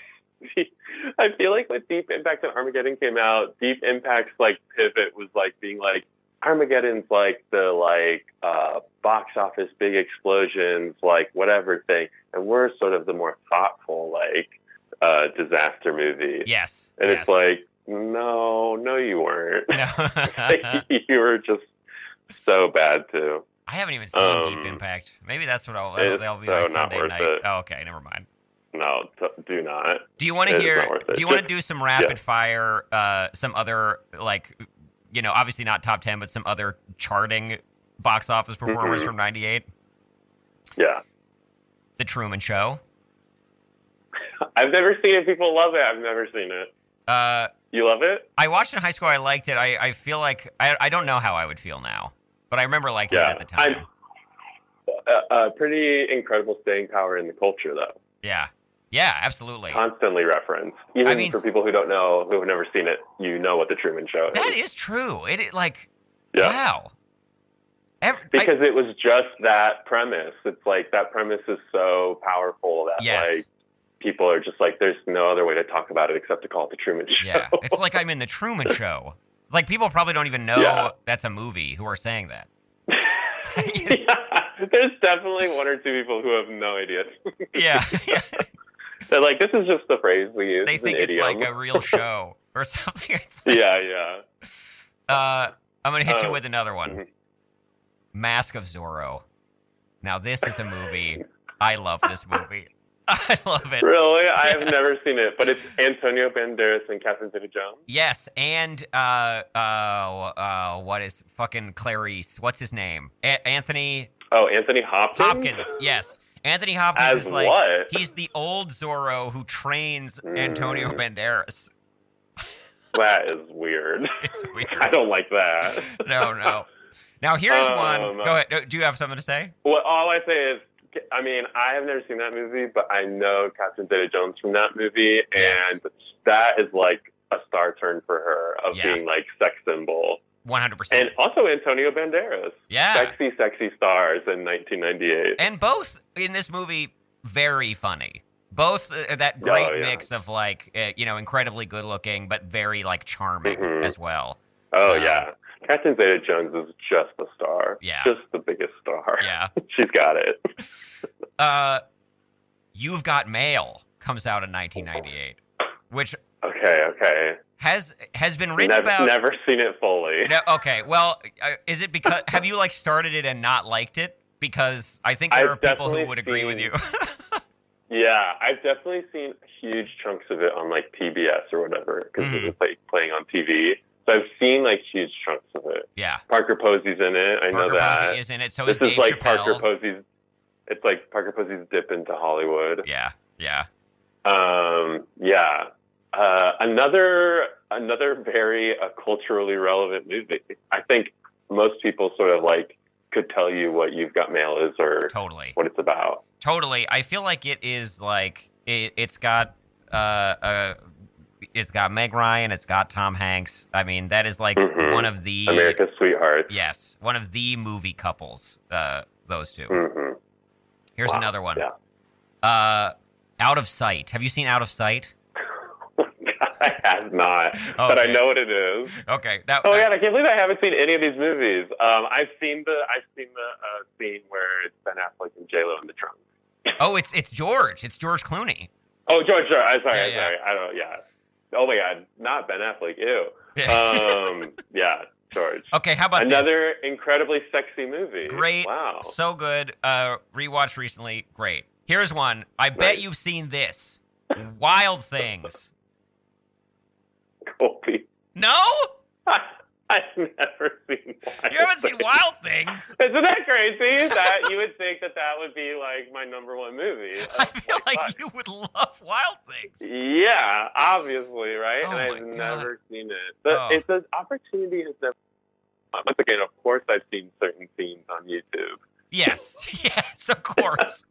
yeah. I feel like when Deep Impact and Armageddon came out, Deep Impact's like pivot was like being like Armageddon's like the like uh, box office big explosions like whatever thing, and we're sort of the more thoughtful like uh, disaster movie. Yes. and yes. it's like no, no, you weren't. No. you were just so bad too. I haven't even seen Deep Um, Impact. Maybe that's what I'll. That'll, it's that'll be so my not Sunday worth night. it. Oh, okay, never mind. No, t- do not. Do you want to It's hear? not worth it. Do you want to Just- do some rapid fire? Uh, some other like, you know, obviously not top ten, but some other charting box office performers Mhm. from '98. Yeah, The Truman Show. I've never seen it. People love it. I've never seen it. Uh, You love it? I watched it in high school. I liked it. I, I feel like I, I don't know how I would feel now, but I remember liking Yeah, it at the time. I'm- a, a pretty incredible staying power in the culture, though. yeah, yeah, absolutely. Constantly referenced, even I mean- for people who don't know, who have never seen it. You know what the Truman Show is. That is true. It, it like yeah, wow. Ev- I- because it was just that premise. It's like that premise is so powerful that Yes. like people are just like, there's no other way to talk about it except to call it the Truman Show. Yeah, it's like I'm in the Truman Show. It's Like people probably don't even know Yeah. that's a movie who are saying that. Yeah. There's definitely one or two people who have no idea. Yeah, yeah. They're like, this is just the phrase we use. they It's think an it's idiom. like a real show or something. It's like- yeah, yeah. Uh, I'm gonna hit you Oh. with another one. Mhm. mm-hmm. Mask of Zorro. Now this is a movie. I love this movie. I love it. Really? I have Yes. never seen it, but it's Antonio Banderas and Catherine Zeta-Jones. Yes, and uh, uh, uh, what is fucking Clarice? What's his name? A- Anthony Oh, Anthony Hopkins. Hopkins. Yes, Anthony Hopkins As is like what? He's the old Zorro who trains Mm. Antonio Banderas. That is weird. It's I weird. don't like that. no, no. Now here's one. Um, Go ahead. No, Do you have something to say? Well, all I say is, I mean, I have never seen that movie, but I know Catherine Zeta-Jones from that movie, Yes. and that is like a star turn for her of Yeah. being like sex symbol, One hundred percent. and also Antonio Banderas, Yeah, sexy, sexy stars in 1998. and both in this movie very funny. Both uh, that great Oh, yeah. mix of like uh, you know incredibly good looking but very like charming Mhm. as well. oh um, yeah, Catherine Zeta-Jones is just a star, Yeah. just the biggest star. Yeah. She's got it. Uh, You've Got Mail comes out in 1998, which Okay, okay. has has been written Never, about never seen it fully. No, okay. Well, uh, is it because have you like started it and not liked it? Because I think there I've are people who definitely would agree with seen- you. Yeah, I've definitely seen huge chunks of it on like PBS or whatever because Mhm. it was like playing on TV. So I've seen like huge chunks of it. yeah, Parker Posey's in it. I Parker know that. Posey is in it. So this is Dave is like Chappelle. Parker Posey's. It's like Parker Posey's dip into Hollywood. yeah, yeah. Um, yeah. Uh, another another very uh, culturally relevant movie. I think most people sort of like could tell you what You've Got Mail is or Totally, what it's about. totally. I feel like it is like it, it's got uh uh. It's got Meg Ryan. It's got Tom Hanks. I mean, that is like Mhm. one of the America's Sweetheart. yes, one of the movie couples. Uh, those two. hmm Here's Wow, another one. yeah. Uh, Out of Sight. Have you seen Out of Sight? I have not, but I Okay. know what it is. Okay. That, Oh my that- god, I can't believe I haven't seen any of these movies. Um, I've seen the I've seen the uh, scene where it's Ben Affleck and J Lo in the trunk. Oh, it's it's George. It's George Clooney. Oh, George, George I'm sorry, Yeah, I'm yeah. sorry. I don't. Yeah. Oh my god, not Ben Affleck. Ew. Yeah. Um, yeah, George. okay, how about this? Another incredibly sexy movie. Great. Wow. So good. Uh, rewatched recently. Great. Here's one. I bet Right. you've seen this. Wild Things. Colby. No, I've never seen. Wild you haven't seen Things. Wild Things. Isn't that crazy? That you would think that that would be like my number one movie. I feel fuck. like you would love Wild Things. Yeah, obviously, right? Oh and my I've God. never seen it. The, Oh. It's an opportunity has never Once again, of course, I've seen certain scenes on YouTube. Yes, yes, of course.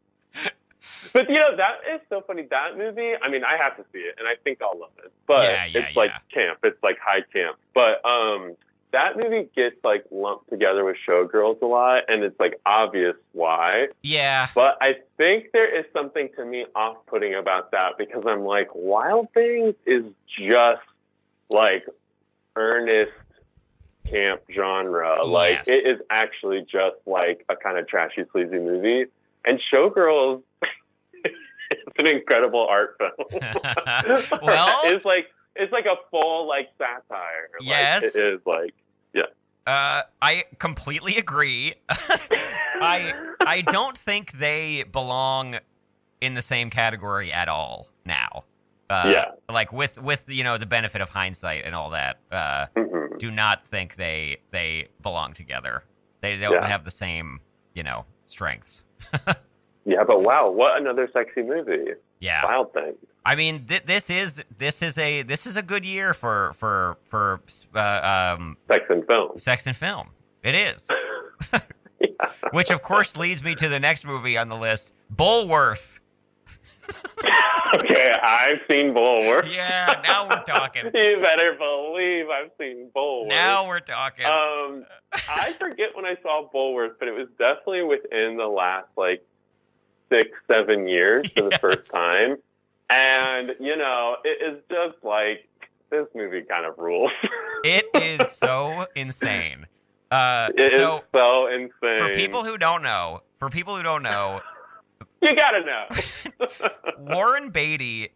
But you know that is so funny. That movie. I mean, I have to see it, and I think I'll love it. But Yeah, yeah, it's like yeah. camp. It's like high camp. But um, that movie gets like lumped together with Showgirls a lot, and it's like obvious why. yeah, But I think there is something to me off-putting about that because I'm like, Wild Things is just like earnest camp genre. Like Yes. it is actually just like a kind of trashy, sleazy movie. And Showgirls it's an incredible art film. Well- it's like it's like a full like satire. Yes. Like, it is like uh, I completely agree. I- I don't think they belong in the same category at all now. Uh, Yeah. Like with with you know the benefit of hindsight and all that, uh, Mhm. do not think they they belong together. They don't Yeah. have the same you know strengths. Yeah, but wow, what another sexy movie. Yeah. Wild Things. I mean, th- this is this is a this is a good year for for for uh, um, Sex and film. sex and film. It is, yeah. which of course leads me to the next movie on the list, Bullworth. Okay, I've seen Bulwer. Yeah, now we're talking. you better believe I've seen Bulwer. Now we're talking. um, I forget when I saw Bulworth, but it was definitely within the last like six, seven years for the Yes. first time. And you know, it is just like this movie kind of rules. it is so insane. Uh, It is so so insane. for people who don't know, for people who don't know, you gotta know. Warren Beatty,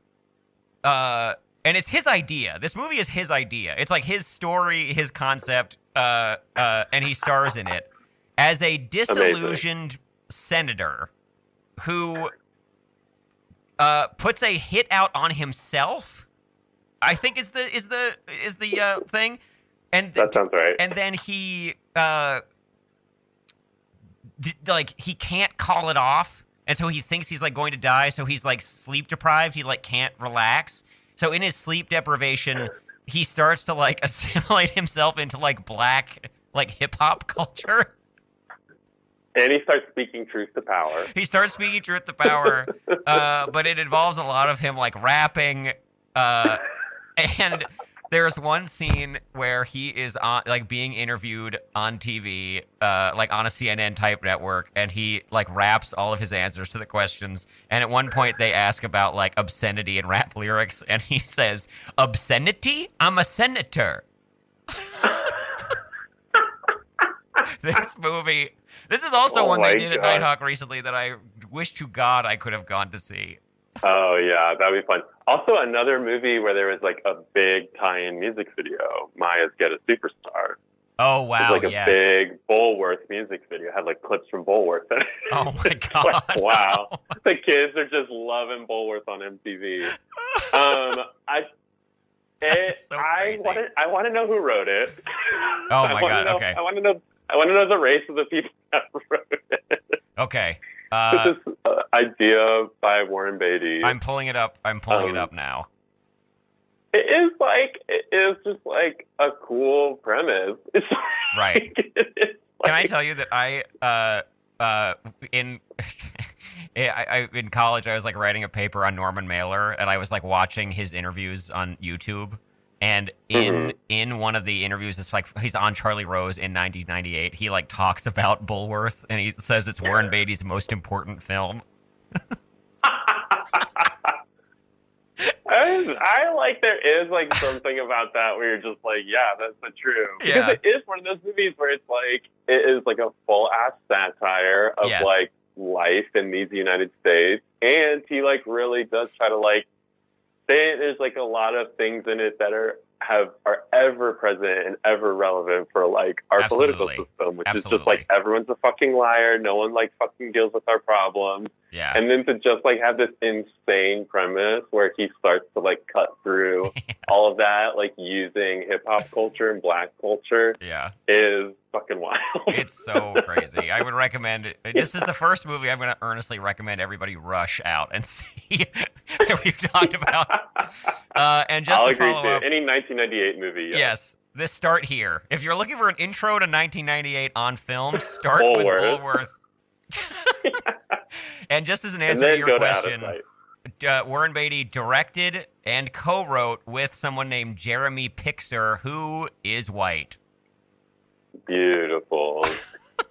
uh, and it's his idea. This movie is his idea. It's like his story, his concept, uh, uh, and he stars in it as a disillusioned senator who uh, puts a hit out on himself. I think is the is the is the uh, thing, and that sounds right. and then he uh d- like he can't call it off and so he thinks he's like going to die so he's like sleep deprived he like can't relax so in his sleep deprivation he starts to like assimilate himself into like black like hip hop culture and he starts speaking truth to power. he starts speaking truth to power uh but it involves a lot of him like rapping uh and there's one scene where he is on like being interviewed on TV, uh, like on a CNN type network, and he like raps all of his answers to the questions. And at one point, they ask about like obscenity and rap lyrics, and he says, "Obscenity? I'm a senator." this movie. This is also Oh one they my did at God. Nighthawk recently that I wish to God I could have gone to see. Oh yeah, that'd be fun. Also, another movie where there was like a big tie-in music video, Maya's Get a Superstar. Oh wow! it was like a yes. big Bullworth music video. It had like clips from Bullworth. in it. Oh my It's God! like, wow, the kids are just loving Bullworth on MTV. Um, I. It, That's so I crazy. want to. I want to know who wrote it. Oh, I my wanna God, know- okay. I want to know. I want to know the race of the people that wrote it. Okay. Uh, this is uh, idea by Warren Beatty. I'm pulling it up. I'm pulling it Um, up now. it is like it is just like a cool premise. It's Right. like, it's Can I like- tell you that I uh uh in I, I in college I was like writing a paper on Norman Mailer and I was like watching his interviews on YouTube and in Mm-hmm. in one of the interviews it's like he's on Charlie Rose in 1998 he like talks about Bullworth and he says it's Warren Beatty's most important film. I, I like there is like something about that where you're just like, yeah, that's the true. Yeah. Because it is one of those movies where it's like it is like a full ass satire of Yes. like life in these United States, and he like really does try to like. They, there's like a lot of things in it that are have are ever present and ever relevant for like our Absolutely. political system, which is just Absolutely. like everyone's a fucking liar. No one like fucking deals with our problems Yeah. and then to just like have this insane premise where he starts to like cut through all of that, like using hip hop culture and black culture yeah. is fucking wild. It's so crazy. I would recommend it. This is the first movie I'm going to earnestly recommend everybody rush out and see that we've talked about. Uh, and just I'll to agree follow to up, any 1998 movie. yeah. yes, this start here. If you're looking for an intro to 1998 on film, start with Bulworth. Bulworth. and just as an and answer to then your go to out of question, sight. uh, Warren Beatty directed and co-wrote with someone named Jeremy Pixar, who is white. Beautiful.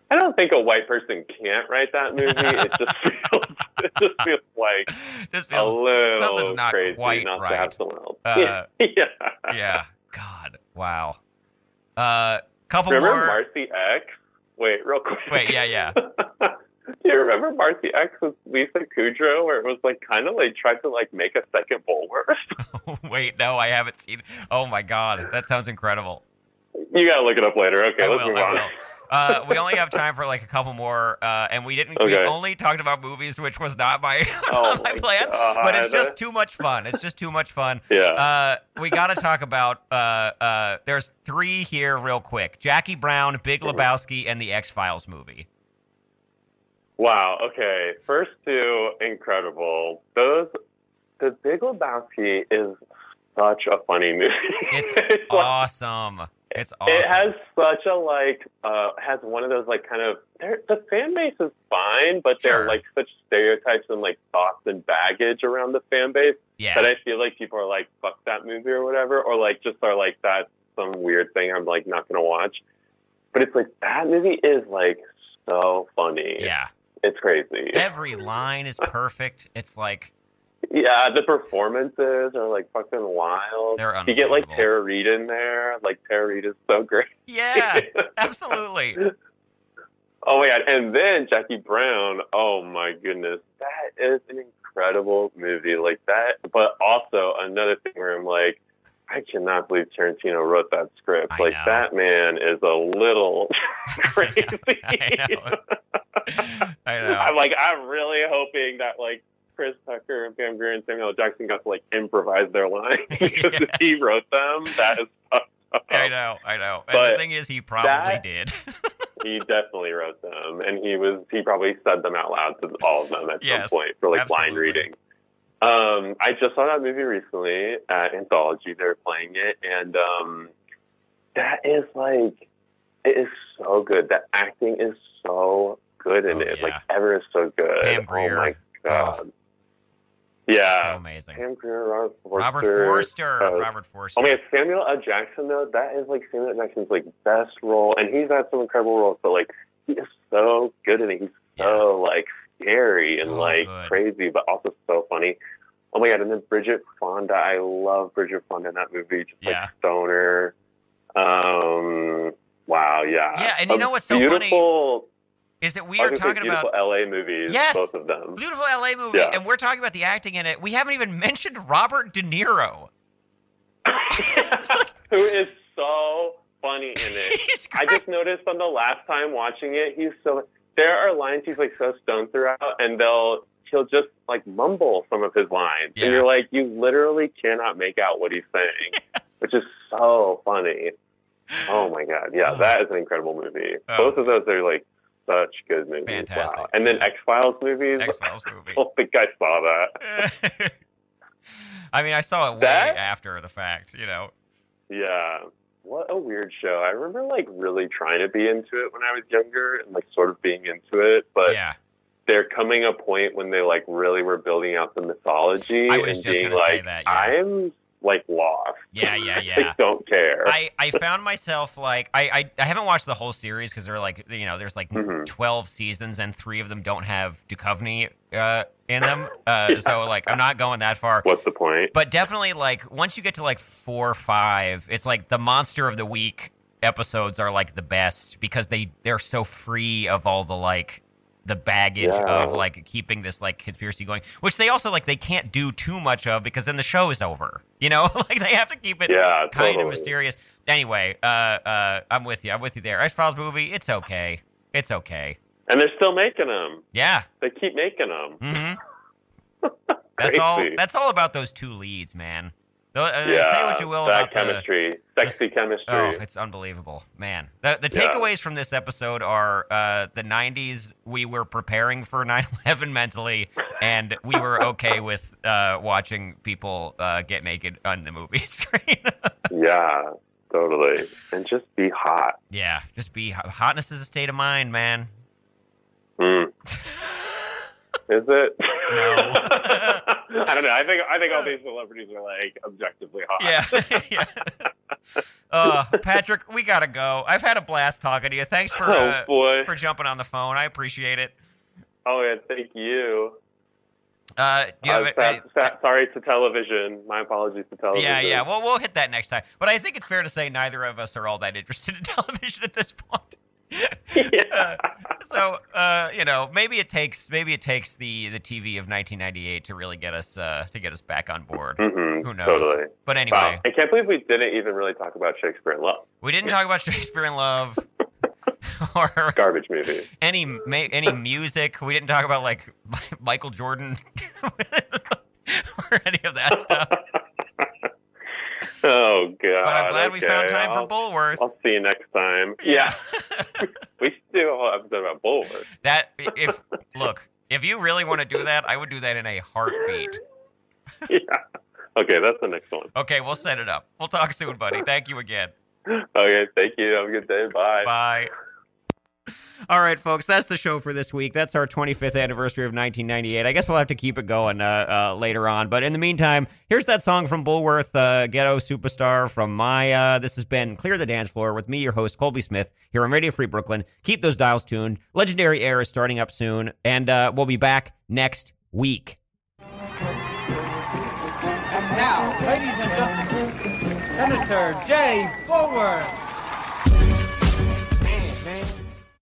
I don't think a white person can't write that movie. It just feels, it just feels like Just a feels, little something's not crazy quite not right. to have someone else. Uh, yeah. yeah. God, wow. Uh, couple Remember more. Marcy X? Wait, real quick. Wait, yeah, yeah. Do you remember Marcy X with Lisa Kudrow, where it was like kind of like tried to like make a second Bulworth? Wait, no, I haven't seen. Oh my God, that sounds incredible. You gotta look it up later. Okay, I let's will. move I on. will. Uh, we only have time for like a couple more, uh, and we didn't. We Okay. only talked about movies, which was not my, Oh my my plan. But it's God. just too much fun. It's just too much fun. Yeah. Uh, we got to talk about. Uh, uh, there's three here, real quick. Jackie Brown, Big Mm-hmm. Lebowski, and the X Files movie. Wow. Okay. First two, incredible. Those, The Big Lebowski is such a funny movie. It's like- Awesome. It's awesome. It has such a like, uh, has one of those like kind of. they're- The fan base is fine, but there Sure. are like such stereotypes and like thoughts and baggage around the fan base yeah. that I feel like people are like, "Fuck that movie" or whatever, or like just are like, "That's some weird thing I'm like not gonna watch." But it's like that movie is like so funny. yeah. It's crazy. Every line is perfect. It's like Yeah, the performances are like fucking wild. they're You get like unbelievable. Tara Reid in there. Like Tara Reid is so great. Yeah, absolutely. oh my god! And then Jackie Brown. Oh my goodness, that is an incredible movie. Like that, but also another thing where I'm like, I cannot believe Tarantino wrote that script. I like know. that man is a little crazy. I know. I know. I'm like, I'm really hoping that like Chris Tucker and Pam Grier and Samuel L. Jackson got to like improvise their lines because if he Yes. wrote them, that is fucked up. I know, I know. And the But thing is, he probably that- did. He definitely wrote them, and he was he probably said them out loud to all of them at Yes, some point for like blind absolutely. reading. Um, I just saw that movie recently at Anthology. They're playing it, and um, that is like it is so good. The acting is so good in Oh, it. yeah. Like ever is so good. Pam oh Grier. my god. Yeah. so amazing. Pam Grier, Robert Forster. Robert Forster. uh, Robert Forster. I mean, Samuel L. Jackson though, that is like Samuel L. Jackson's like best role, and he's had some incredible roles, but like he is so good in it. He's so like scary So and like good. crazy, but also so funny. Oh my god! And then Bridget Fonda, I love Bridget Fonda in that movie. Just Yeah. like stoner. Um. Wow. Yeah. Yeah, and you Um, know what's so funny? beautiful, Is it we I are was gonna say talking about beautiful LA movies. Yes! Both of them. beautiful LA movie, Yeah. and we're talking about the acting in it. We haven't even mentioned Robert De Niro. Who is so funny in it? He's I great. just noticed on the last time watching it, he's so there are lines he's like so stoned throughout, and they'll he'll just like mumble some of his lines, Yeah. and you're like, you literally cannot make out what he's saying, which is so funny. Oh my god, yeah, Oh. that is an incredible movie. Oh. Both of those are like such good movies. Fantastic. Wow. And then X Files movies. X Files I movie. don't think I saw that. I mean, I saw it way That- after the fact, you know. Yeah. What a weird show. I remember like really trying to be into it when I was younger and like sort of being into it, but yeah, they're coming a point when they like really were building out the mythology I was and just being gonna say like, that, yeah. I'm like lost. yeah, yeah, yeah. I don't care. I, I found myself like I, I, I haven't watched the whole series because they're like you know there's like Mhm. twelve seasons and three of them don't have Duchovny uh, in them uh, so like I'm not going that far What's the point? but definitely like once you get to like four or five it's like the monster of the week episodes are like the best because they they're so free of all the like the baggage Yeah. of like keeping this like conspiracy going which they also like they can't do too much of because then the show is over you know like they have to keep it yeah, kind totally. of mysterious. Anyway, uh, uh, I'm with you. I'm with you there. X Files movie, it's okay. It's okay. And they're still making them. Yeah. They keep making them. hmm That's all. Crazy. That's all about those two leads, man. Though, uh, yeah, say what you will that about the. chemistry, sexy Oh, chemistry. it's unbelievable, man. The, the Yeah. takeaways from this episode are uh, the '90s. We were preparing for 9/11 mentally, and we were okay with uh, watching people uh, get naked on the movie screen. yeah, totally. And just be hot. Yeah, just be hotness is a state of mind, man. Mm. Is it? No. I don't know. I think I think all these celebrities are like objectively hot. Yeah. yeah. Uh, Patrick, we gotta go. I've had a blast talking to you. Thanks for Oh uh, boy. for jumping on the phone. I appreciate it. Oh yeah. Thank you. Uh, do you have Uh, it? sa- sa- sorry to television. My apologies to television. yeah, yeah. Well, we'll hit that next time. But I think it's fair to say neither of us are all that interested in television at this point. yeah. Uh, so uh, you know, maybe it takes maybe it takes the the TV of 1998 to really get us uh, to get us back on board. Mhm, who knows? Totally. But anyway, Wow. I can't believe we didn't even really talk about Shakespeare in Love. we didn't talk about Shakespeare in Love or Garbage movie. any ma- any music. We didn't talk about like Mi- Michael Jordan or any of that stuff. Oh god. But I'm glad we found okay, time I'll, for Bullworth. I'll see you next time. Yeah. we should do a whole episode about Bulwark. That if look, if you really want to do that, I would do that in a heartbeat. yeah. Okay, that's the next one. Okay, we'll set it up. We'll talk soon, buddy. Thank you again. Okay, thank you. Have a good day. Bye. Bye. All right, folks, that's the show for this week. That's our 25th anniversary of 1998. I guess we'll have to keep it going uh, uh, later on. But in the meantime, here's that song from Bullworth, uh, Ghetto Superstar from Maya. This has been Clear the Dance Floor with me, your host, Colby Smith, here on Radio Free Brooklyn. Keep those dials tuned. Legendary Air is starting up soon, and uh, we'll be back next week. Now, ladies and gentlemen, Senator Jay Bulwer.